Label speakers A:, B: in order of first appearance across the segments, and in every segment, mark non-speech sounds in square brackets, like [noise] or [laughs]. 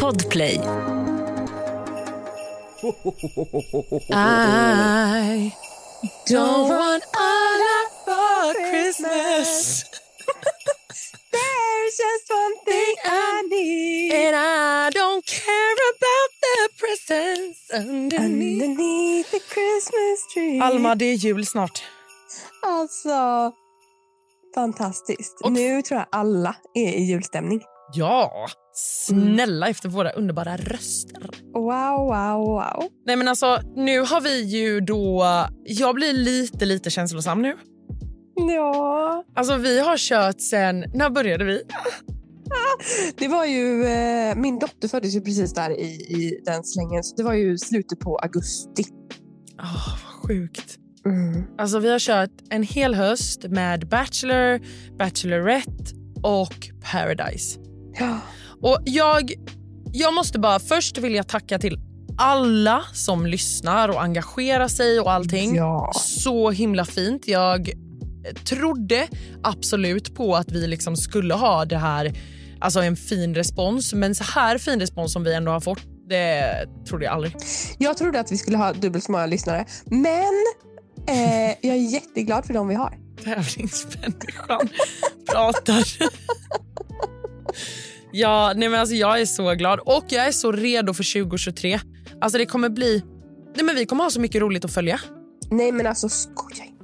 A: Podplay.
B: I don't want honor
C: Oh,
B: for Christmas.
C: There's just one thing I need
B: And I don't care about the presents underneath.
C: underneath the Christmas tree.
D: Alma, det är jul snart.
C: Alltså, fantastiskt.
D: Och-
C: Nu tror jag alla är i julstämning.
D: Ja, snälla efter våra underbara röster.
C: Wow, wow, wow.
D: Nej men alltså, nu har vi ju då... Jag blir lite, lite känslosam nu.
C: Ja,
D: Alltså vi har kört sen... När började vi?
C: det var ju... Eh, min dotter föddes ju precis där i, i den slängen, så det var ju slutet på augusti.
D: Oh, vad sjukt.
C: Mm.
D: Alltså vi har kört en hel höst med Bachelor, Bachelorette och Paradise.
C: Ja.
D: Och jag, jag måste bara... Först vill jag tacka till alla som lyssnar och engagerar sig och allting.
C: Ja.
D: Så himla fint. Jag trodde absolut på att vi liksom skulle ha det här, alltså en fin respons. Men så här fin respons som vi ändå har fått, det trodde jag aldrig.
C: Jag trodde att vi skulle ha dubbelt så många lyssnare, men eh, jag är jätteglad för dem vi har.
D: Tävlingsmänniskan [laughs] pratar. ja, nej men alltså jag är så glad och jag är så redo för 2023. Alltså det kommer bli... Nej men vi kommer ha så mycket roligt att följa.
C: Nej, men alltså skoja inte.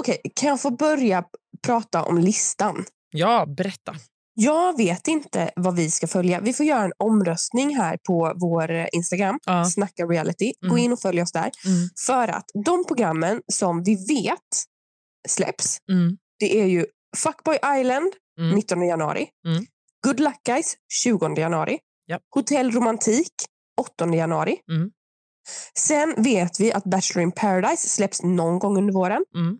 C: Okej, kan jag få börja p- prata om listan?
D: Ja, berätta.
C: Jag vet inte vad vi ska följa. Vi får göra en omröstning här på vår eh, Instagram,
D: Ja.
C: Snacka reality. Gå
D: Mm.
C: in och följ oss där.
D: Mm.
C: För att de programmen som vi vet släpps,
D: Mm.
C: det är ju Fuckboy Island
D: Mm.
C: 19 januari,
D: Mm.
C: Good Luck Guys 20 januari,
D: Japp.
C: Hotell Romantik 8 januari.
D: Mm.
C: Sen vet vi att Bachelor in Paradise släpps någon gång under våren.
D: Mm.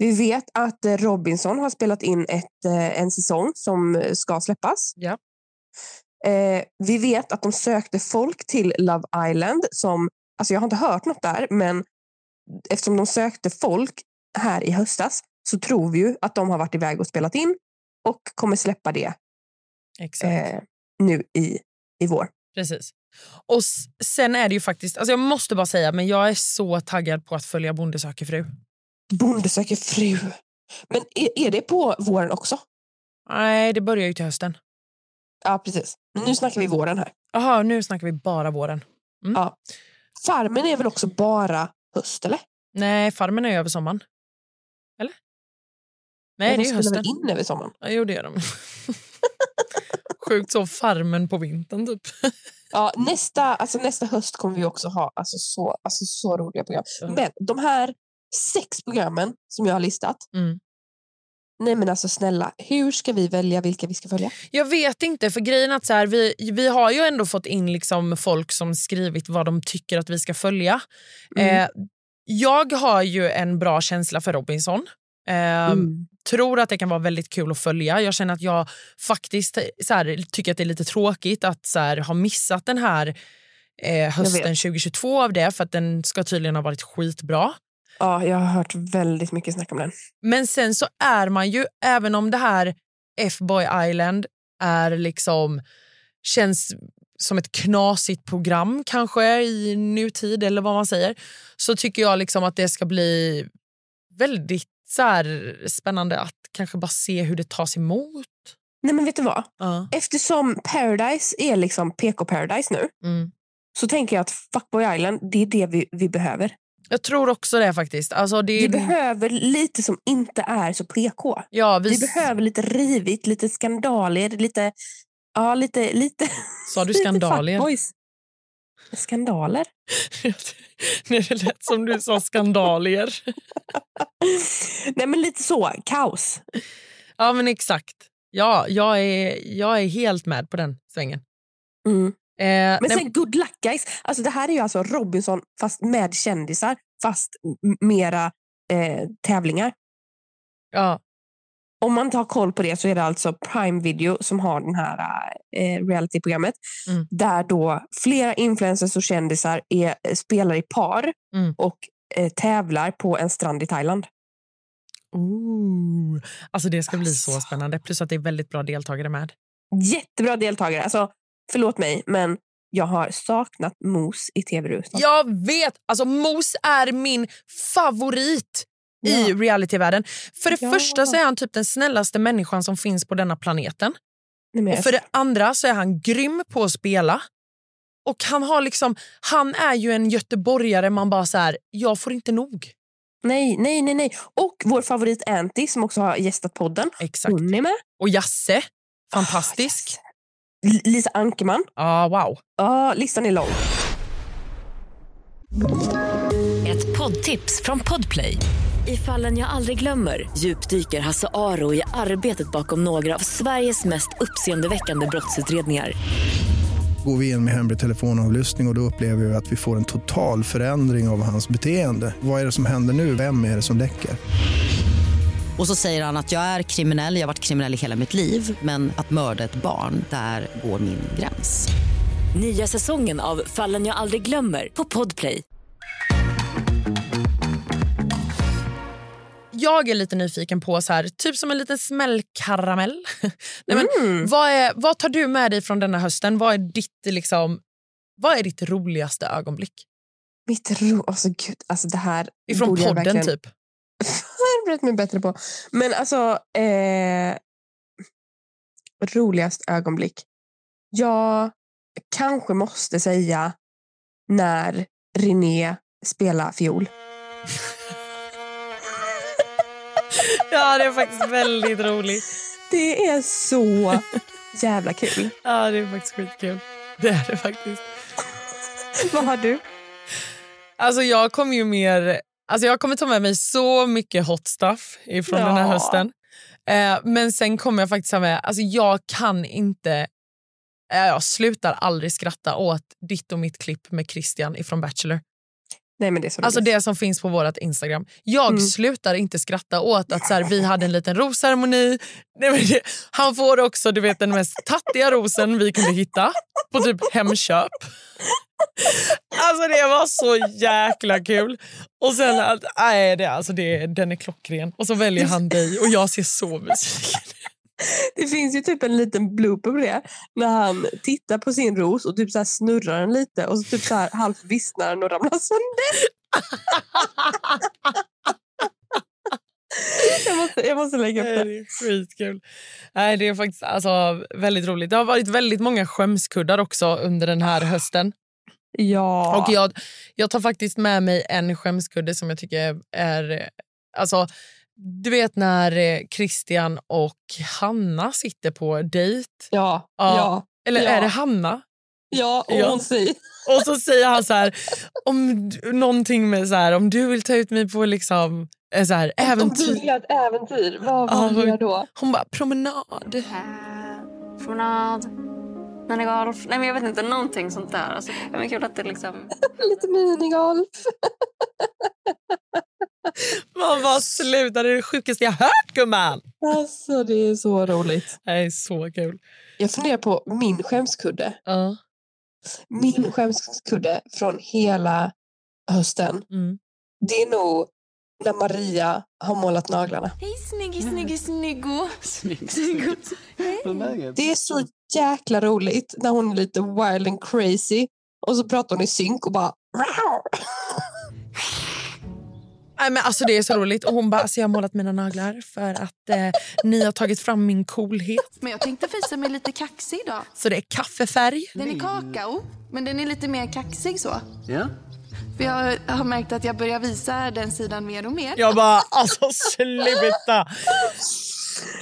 C: Vi vet att eh, Robinson har spelat in ett, eh, en säsong som eh, ska släppas.
D: Ja.
C: Eh, vi vet att de sökte folk till Love Island. som, alltså Jag har inte hört något där, men eftersom de sökte folk här i höstas så tror vi ju att de har varit iväg och spelat in och kommer släppa det
D: Exakt.
C: eh, nu i, i vår.
D: Precis. Och s- sen är det ju faktiskt... Alltså jag måste bara säga, men jag är så taggad på att följa Bonde söker fru.
C: Bonde söker fru. Men är, är det på våren också?
D: Nej, det börjar ju till hösten.
C: Ja, precis. Nu snackar vi våren här.
D: Jaha, nu snackar vi bara våren.
C: Farmen är väl också bara höst, eller?
D: Nej, Farmen är över sommaren. Eller? Nej,
C: de
D: det är
C: spelar
D: hösten.
C: väl in över sommaren?
D: Ja, jo, det gör de. [laughs] Sjukt så Farmen på vintern, typ.
C: Ja, nästa, alltså nästa höst kommer vi också ha alltså så, alltså så roliga program.
D: Ja.
C: Men de här sex programmen som jag har listat.
D: Mm.
C: Nej men alltså snälla, hur ska vi välja vilka vi ska följa?
D: Jag vet inte, för grejen är att så här, vi, vi har ju ändå fått in liksom folk som skrivit vad de tycker att vi ska följa.
C: Mm.
D: Eh, jag har ju en bra känsla för Robinson. Eh,
C: Mm.
D: tror att det kan vara väldigt kul att följa. Jag känner att jag faktiskt så här, tycker att det är lite tråkigt att så här, ha missat den här eh, hösten
C: vet.
D: 2022 av det för att den ska tydligen ha varit skitbra.
C: Ja, jag har hört väldigt mycket snack om den.
D: Men sen så är man ju, även om det här F-boy Island är liksom känns som ett knasigt program kanske i nutid eller vad man säger så tycker jag liksom att det ska bli väldigt så här, spännande att kanske bara se hur det tas emot.
C: Nej men vet du vad?
D: Ja.
C: Eftersom Paradise är liksom PK Paradise nu
D: Mm.
C: så tänker jag att Fuckboy Island, det är det vi, vi behöver.
D: Jag tror också det faktiskt. Alltså, det är,
C: Vi behöver lite som inte är så PK.
D: ja,
C: Vi
D: vi,
C: behöver lite rivigt, lite skandaler, lite... Ja, lite... lite
D: Sa du
C: [laughs] lite
D: skandaler?
C: fuckboys. Skandaler? [laughs]
D: Nej, [laughs] det lät som du sa skandalier.
C: Nej, men lite så. Kaos.
D: Ja, men exakt. Ja, jag är, jag är helt med på den svängen. Eh,
C: Mm. Men
D: nej,
C: sen good luck guys. Alltså, det här är ju alltså Robinson fast med kändisar, fast m- mera eh, tävlingar.
D: ja,
C: Om man tar koll på det så är det alltså Prime Video som har den här eh, realityprogrammet
D: Mm.
C: där då flera influencers och kändisar är, eh, spelar i par
D: Mm.
C: och eh, tävlar på en strand i Thailand.
D: Ooh. Alltså det ska bli så
C: Alltså.
D: spännande. Plus att det är väldigt bra deltagare med.
C: Jättebra deltagare. Alltså, förlåt mig, men jag har saknat mos i tv-rutan.
D: Jag vet! Alltså Mos är min favorit i realityvärlden. För det
C: Ja.
D: första så är han typ den snällaste människan som finns på denna planeten.
C: Nej, men jag-
D: Och för det andra så är han grym på att spela. Och han har liksom, han är ju en göteborgare man bara så här, jag får inte nog.
C: nej, nej, nej, nej. Och vår favorit Anty som också har gästat podden.
D: Exakt.
C: Hon är med.
D: Och Jasse, fantastisk.
C: Ah, yes. L- Lisa Ankerman.
D: ah, wow.
C: Ja, listan är lång.
A: Ett poddtips från Podplay. I fallen jag aldrig glömmer djupdyker Hasse Aro i arbetet bakom några av Sveriges mest uppseendeväckande brottsutredningar.
E: Går vi in med hemlig telefonavlyssning och, och då upplever vi att vi får en total förändring av hans beteende. Vad är det som händer nu? Vem är det som läcker?
F: Och så säger han att jag är kriminell, jag har varit kriminell i hela mitt liv men att mörda ett barn, där går min gräns.
A: Nya säsongen av Fallen jag aldrig glömmer på Podplay.
D: Jag är lite nyfiken på, så här, typ som en liten smällkaramell. [laughs] Nej, men,
C: Mm.
D: vad, är, vad tar du med dig från denna hösten? Vad är ditt, liksom, vad är ditt roligaste ögonblick?
C: Mitt ro... Alltså, gud, alltså det här...
D: Ifrån
C: borde jag
D: podden
C: verkligen-
D: typ.
C: förberett mig bättre på. Men alltså... Eh, roligast ögonblick. Jag kanske måste säga när René spelar fiol.
D: Ja, det är faktiskt väldigt roligt.
C: Det är
D: [laughs]
C: så jävla kul.
D: Ja, det är faktiskt skitkul. Det är det faktiskt.
C: Vad har du?
D: Alltså jag kommer ju mer... Alltså jag kommer ta med mig så mycket hot stuff ifrån den här
C: Ja.
D: hösten. Eh, men sen kommer jag faktiskt ha med... Alltså jag kan inte... Eh, jag slutar aldrig skratta åt ditt och mitt klipp med Christian ifrån Bachelor.
C: Nej, men det är så
D: Alltså
C: roligt.
D: det som finns på vårt Instagram. Jag
C: Mm.
D: slutar inte skratta åt att så här, vi hade en liten rosceremoni. Nej, men det, han får också du vet, den mest tattiga rosen vi kunde hitta på typ Hemköp. Alltså det var så jäkla kul. Och sen att, nej, det, alltså det, den är klockren. Och så väljer han dig och jag ser så besviken
C: Det finns ju typ en liten blooper på det. När han tittar på sin ros och typ så här snurrar den lite och så typ så här halvt vissnar den och ramlar sönder. [laughs] jag, måste, jag måste lägga upp
D: Nej,
C: det.
D: det är skitkul. Nej, det är faktiskt alltså, väldigt roligt. Det har varit väldigt många skämskuddar också under den här hösten.
C: Ja.
D: Och jag, jag tar faktiskt med mig en skämskudde som jag tycker är... eh, Alltså, du vet när eh, Christian och Hanna sitter på dejt.
C: ja.
D: Ja.
C: Ja.
D: Eller
C: Ja.
D: är det Hanna?
C: Ja. Och
D: Ja.
C: hon säger...
D: Och så säger han så här, om du- någonting med så här, om du vill ta ut mig på liksom, eh, så här,
C: Om
D: äventyr.
C: du gör ett äventyr, vad
D: Ja,
C: vad vill
D: vad-
C: jag då?
D: Hon bara promenad.
G: Eh, Promenad, minigolf. Nej, men jag vet inte. Någonting sånt där. Alltså, ja, men kul att det liksom...
C: Lite minigolf.
D: Man bara sluta, det är det sjukaste jag hört gumman.
C: Alltså det är så roligt.
D: Det är så kul.
C: Jag funderar på min skämskudde.
D: Ja.
C: Min skämskudde från hela hösten.
D: Mm.
C: Det är nog när Maria har målat naglarna.
G: Hej, snyggi, snyggi, snyggo.
C: Det är så jäkla roligt när hon är lite wild and crazy och så pratar hon i synk och bara... [laughs]
D: Nej, men alltså, det är så roligt. Och hon bara, alltså, jag har målat mina naglar för att eh, ni har tagit fram min coolhet.
G: Men jag tänkte visa mig lite kaxig idag.
D: Så det är kaffefärg.
G: Den är kakao, men den är lite mer kaxig så.
H: Ja?
G: För jag har märkt att jag börjar visa den sidan mer och mer.
D: Jag bara, alltså sluta!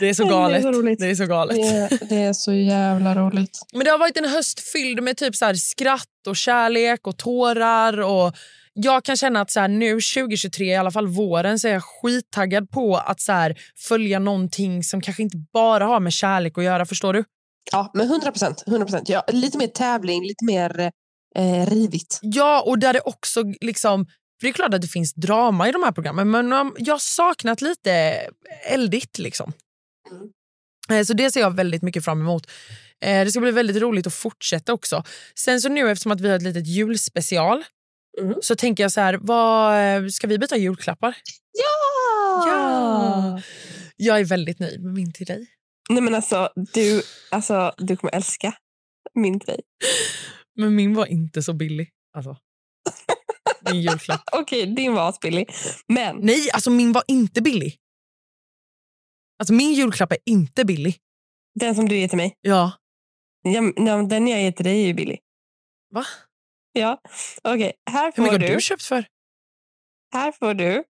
D: Det är så galet.
C: så roligt.
D: Det är så galet.
C: Det, det är så jävla roligt.
D: Men det har varit en höst fylld med typ så här skratt och kärlek och tårar. Och jag kan känna att så här nu 2023, i alla fall våren, så är jag skittaggad på att så här följa någonting som kanske inte bara har med kärlek att göra. Förstår du?
C: Ja, men 100 procent. 100 procent. Ja, lite mer tävling, lite mer eh, rivigt.
D: Ja, och där det också liksom... För det är klart att det finns drama i de här programmen men um, jag har saknat lite eh, eldigt. liksom.
C: Mm.
D: Eh, Så det ser jag väldigt mycket fram emot. Eh, Det ska bli väldigt roligt att fortsätta också. Sen så nu eftersom att vi har ett litet julspecial
C: Mm.
D: så tänker jag så här, vad, eh, ska vi byta julklappar?
C: Ja!
D: Jag är väldigt nöjd med min till dig.
C: Nej men alltså du, alltså, du kommer älska min grej.
D: Men min var inte så billig.
C: [laughs]
D: Alltså. Min julklapp.
C: Okej, din var asbillig. Men
D: Nej, alltså min var inte billig. Alltså min julklapp är inte billig.
C: den som du ger till mig,
D: Ja.
C: ja, ja, den jag ger till dig är ju billig.
D: Va?
C: Ja, okej. Här
D: Hur
C: får
D: mycket har
C: du,
D: du köpt för?
C: här
D: [laughs]
C: får du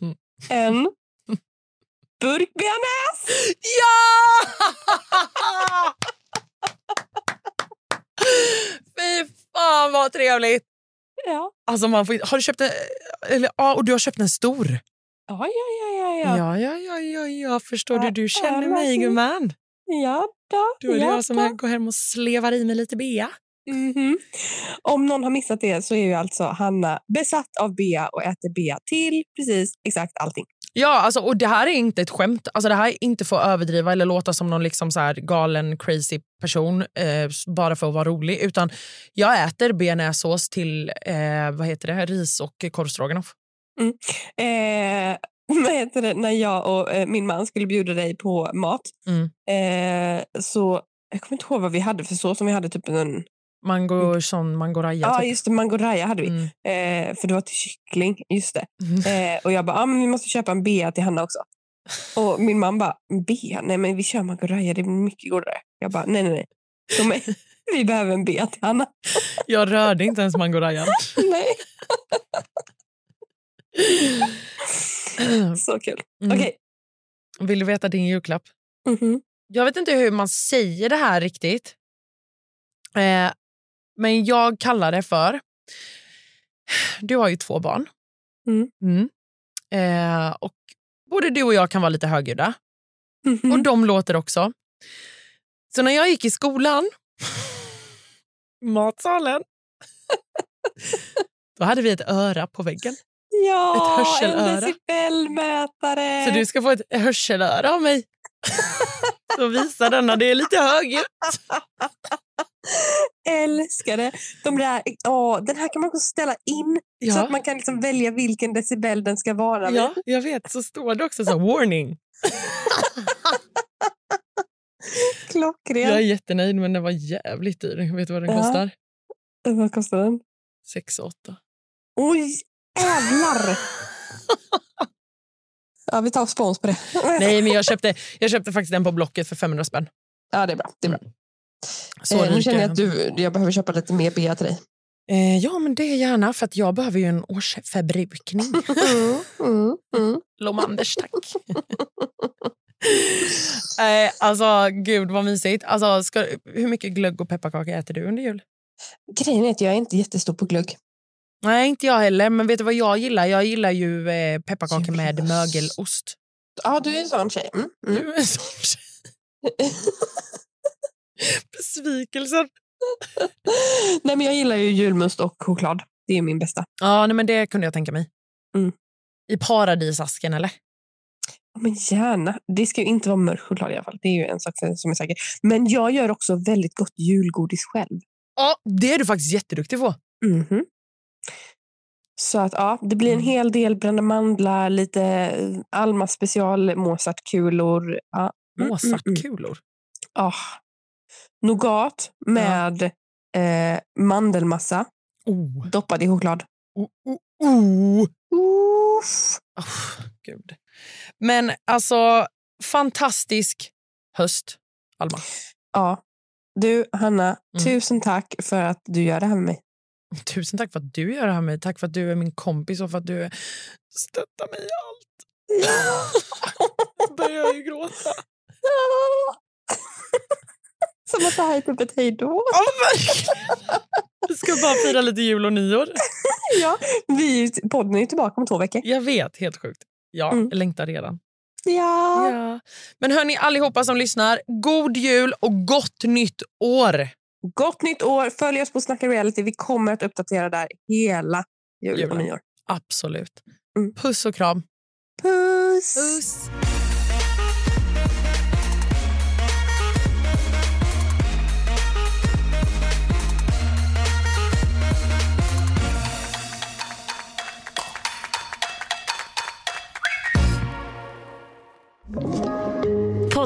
D: Mhm.
C: en burk bearnaise!
D: Ja! [laughs] Fy fan vad trevligt!
C: Ja.
D: Alltså man får, har du köpt en... Eller, ja, och du har köpt en stor.
C: Ja, ja, ja, ja, ja.
D: Ja, ja, ja, ja, ja. förstår du. Du känner
C: Ja,
D: mig
C: men-
D: gumman.
C: Ja, då.
D: Då är det
C: ja,
D: jag som
C: då.
D: går hem och slevar i mig lite bea.
C: Mhm. Om någon har missat det så är ju alltså Hanna besatt av Bea och äter Bea till precis exakt allting.
D: Ja, alltså, och det här är inte ett skämt. Alltså, det här är inte för att överdriva eller låta som någon liksom så här galen crazy person eh, s- bara för att vara rolig. Utan jag äter bearnaisesås till eh, vad heter det? ris och korvstroganoff.
C: Eh, [laughs] vad heter det? När jag och eh, min man skulle bjuda dig på mat
D: Mm.
C: eh, så jag kommer inte ihåg vad vi hade för sås. Om vi hade typ en...
D: Mango, sån mangoraja.
C: Mm. Ja,
D: typ.
C: just det. Mangoraya hade vi.
D: Mm.
C: Eh, för det var till kyckling. Just det.
D: Mm.
C: Eh, och jag bara, ah, men vi måste köpa en bea till Hanna också. Och min man bara, "En bea? Nej, men vi kör mangoraya. Det blir mycket godare. Jag bara, nej, nej, nej. De är, [laughs] vi behöver en bea till Hanna.
D: [laughs]
C: [laughs]
D: Jag rörde inte ens mangorajan.
C: nej. Så kul.
D: Mm.
C: Okej.
D: Vill du veta din julklapp?
C: Mhm.
D: Jag vet inte hur man säger det här riktigt. Eh, men jag kallar det för... Du har ju två barn.
C: Mm.
D: Mm. Eh, och både du och jag kan vara lite högljudda.
C: Mhm.
D: Och de låter också. Så när jag gick i skolan, [laughs] matsalen, [laughs] då hade vi ett öra på väggen.
C: Ja,
D: ett hörselöra.
C: en decibelmätare.
D: Så du ska få ett hörselöra av
C: [laughs]
D: mig. Så visar denna, det är lite högljutt.
C: Älskar det. De där, åh, den här kan man också ställa in så att man kan liksom välja vilken decibel den ska vara. vid.
D: Ja, jag vet. Så står det också så här, warning.
C: Klockren.
D: Jag är jättenöjd, men den var jävligt dyr. Vet du vad den
C: Ja.
D: kostar?
C: Vad kostar den?
D: 6 8.
C: Oj, jävlar! [laughs] ja, vi tar spons på det.
D: Nej, men jag köpte, jag köpte faktiskt den på Blocket för 500 spänn.
C: Ja, det är bra. Det är bra.
D: Så
C: eh, Mm. nu
D: rik
C: känner
D: är
C: jag att du, jag behöver köpa lite mer bea till dig.
D: Eh, ja, men det är gärna, för att jag behöver ju en
C: [laughs]
D: årsförbrukning.
C: Mm, mm, mm.
D: Lomanders, tack. eh, alltså, gud vad mysigt. Alltså, ska, hur mycket glögg och pepparkaka äter du under jul?
C: [laughs] Grejen är att jag är inte jättestor på glögg.
D: Nej, inte jag heller. Men vet du vad jag gillar? Jag gillar ju eh, pepparkakor med
C: Julmust.
D: mögelost.
C: Ja, du är en sån tjej. Mm, mm. [laughs]
D: Du är en sån [laughs] tjej. Besvikelsen.
C: Nej, men jag gillar ju julmust och choklad. Det är min bästa.
D: Ja, nej, men det kunde jag tänka mig.
C: Mm.
D: I paradisasken, eller?
C: Ja, Men gärna. Det ska ju inte vara mörk choklad i alla fall. Det är ju en sak som är säker. Men jag gör också väldigt gott julgodis själv.
D: Ja, det är du faktiskt jätteduktig på.
C: Mhm. Så att ja, det blir en
D: Mm.
C: hel del brända mandlar, lite eh, Alma special, Mozartkulor. Ja. Mm, mm, mm.
D: Mozartkulor.
C: Ah. Nougat med eh, mandelmassa
D: Oh,
C: doppad i choklad.
D: oh, oh, oh.
C: Uff.
D: Ah, gud. Men alltså, fantastisk höst, Alma.
C: Ja. Du, Hanna,
D: Mm.
C: tusen tack för att du gör det här med mig.
D: Tusen tack för att du gör det här med mig. Tack för att du är min kompis och för att du är- stöttar mig i allt.
C: [laughs]
D: Jag börjar ju gråta.
C: [laughs] Som att det här är typ ett hejdå.
D: Ja, verkligen. Vi ska bara fira lite jul och nyår.
C: Ja, vi, är ju- podden är ju tillbaka om två veckor.
D: Jag vet, helt sjukt. Ja,
C: Mm.
D: jag längtar redan.
C: Ja.
D: Ja. Men hörni allihopa som lyssnar, god jul och gott nytt år!
C: Gott nytt år! Följ oss på Snacka Reality. Vi kommer att uppdatera där hela jul och
D: Julen.
C: nyår.
D: Absolut.
C: Mm.
D: Puss och kram.
C: Puss!
D: Puss!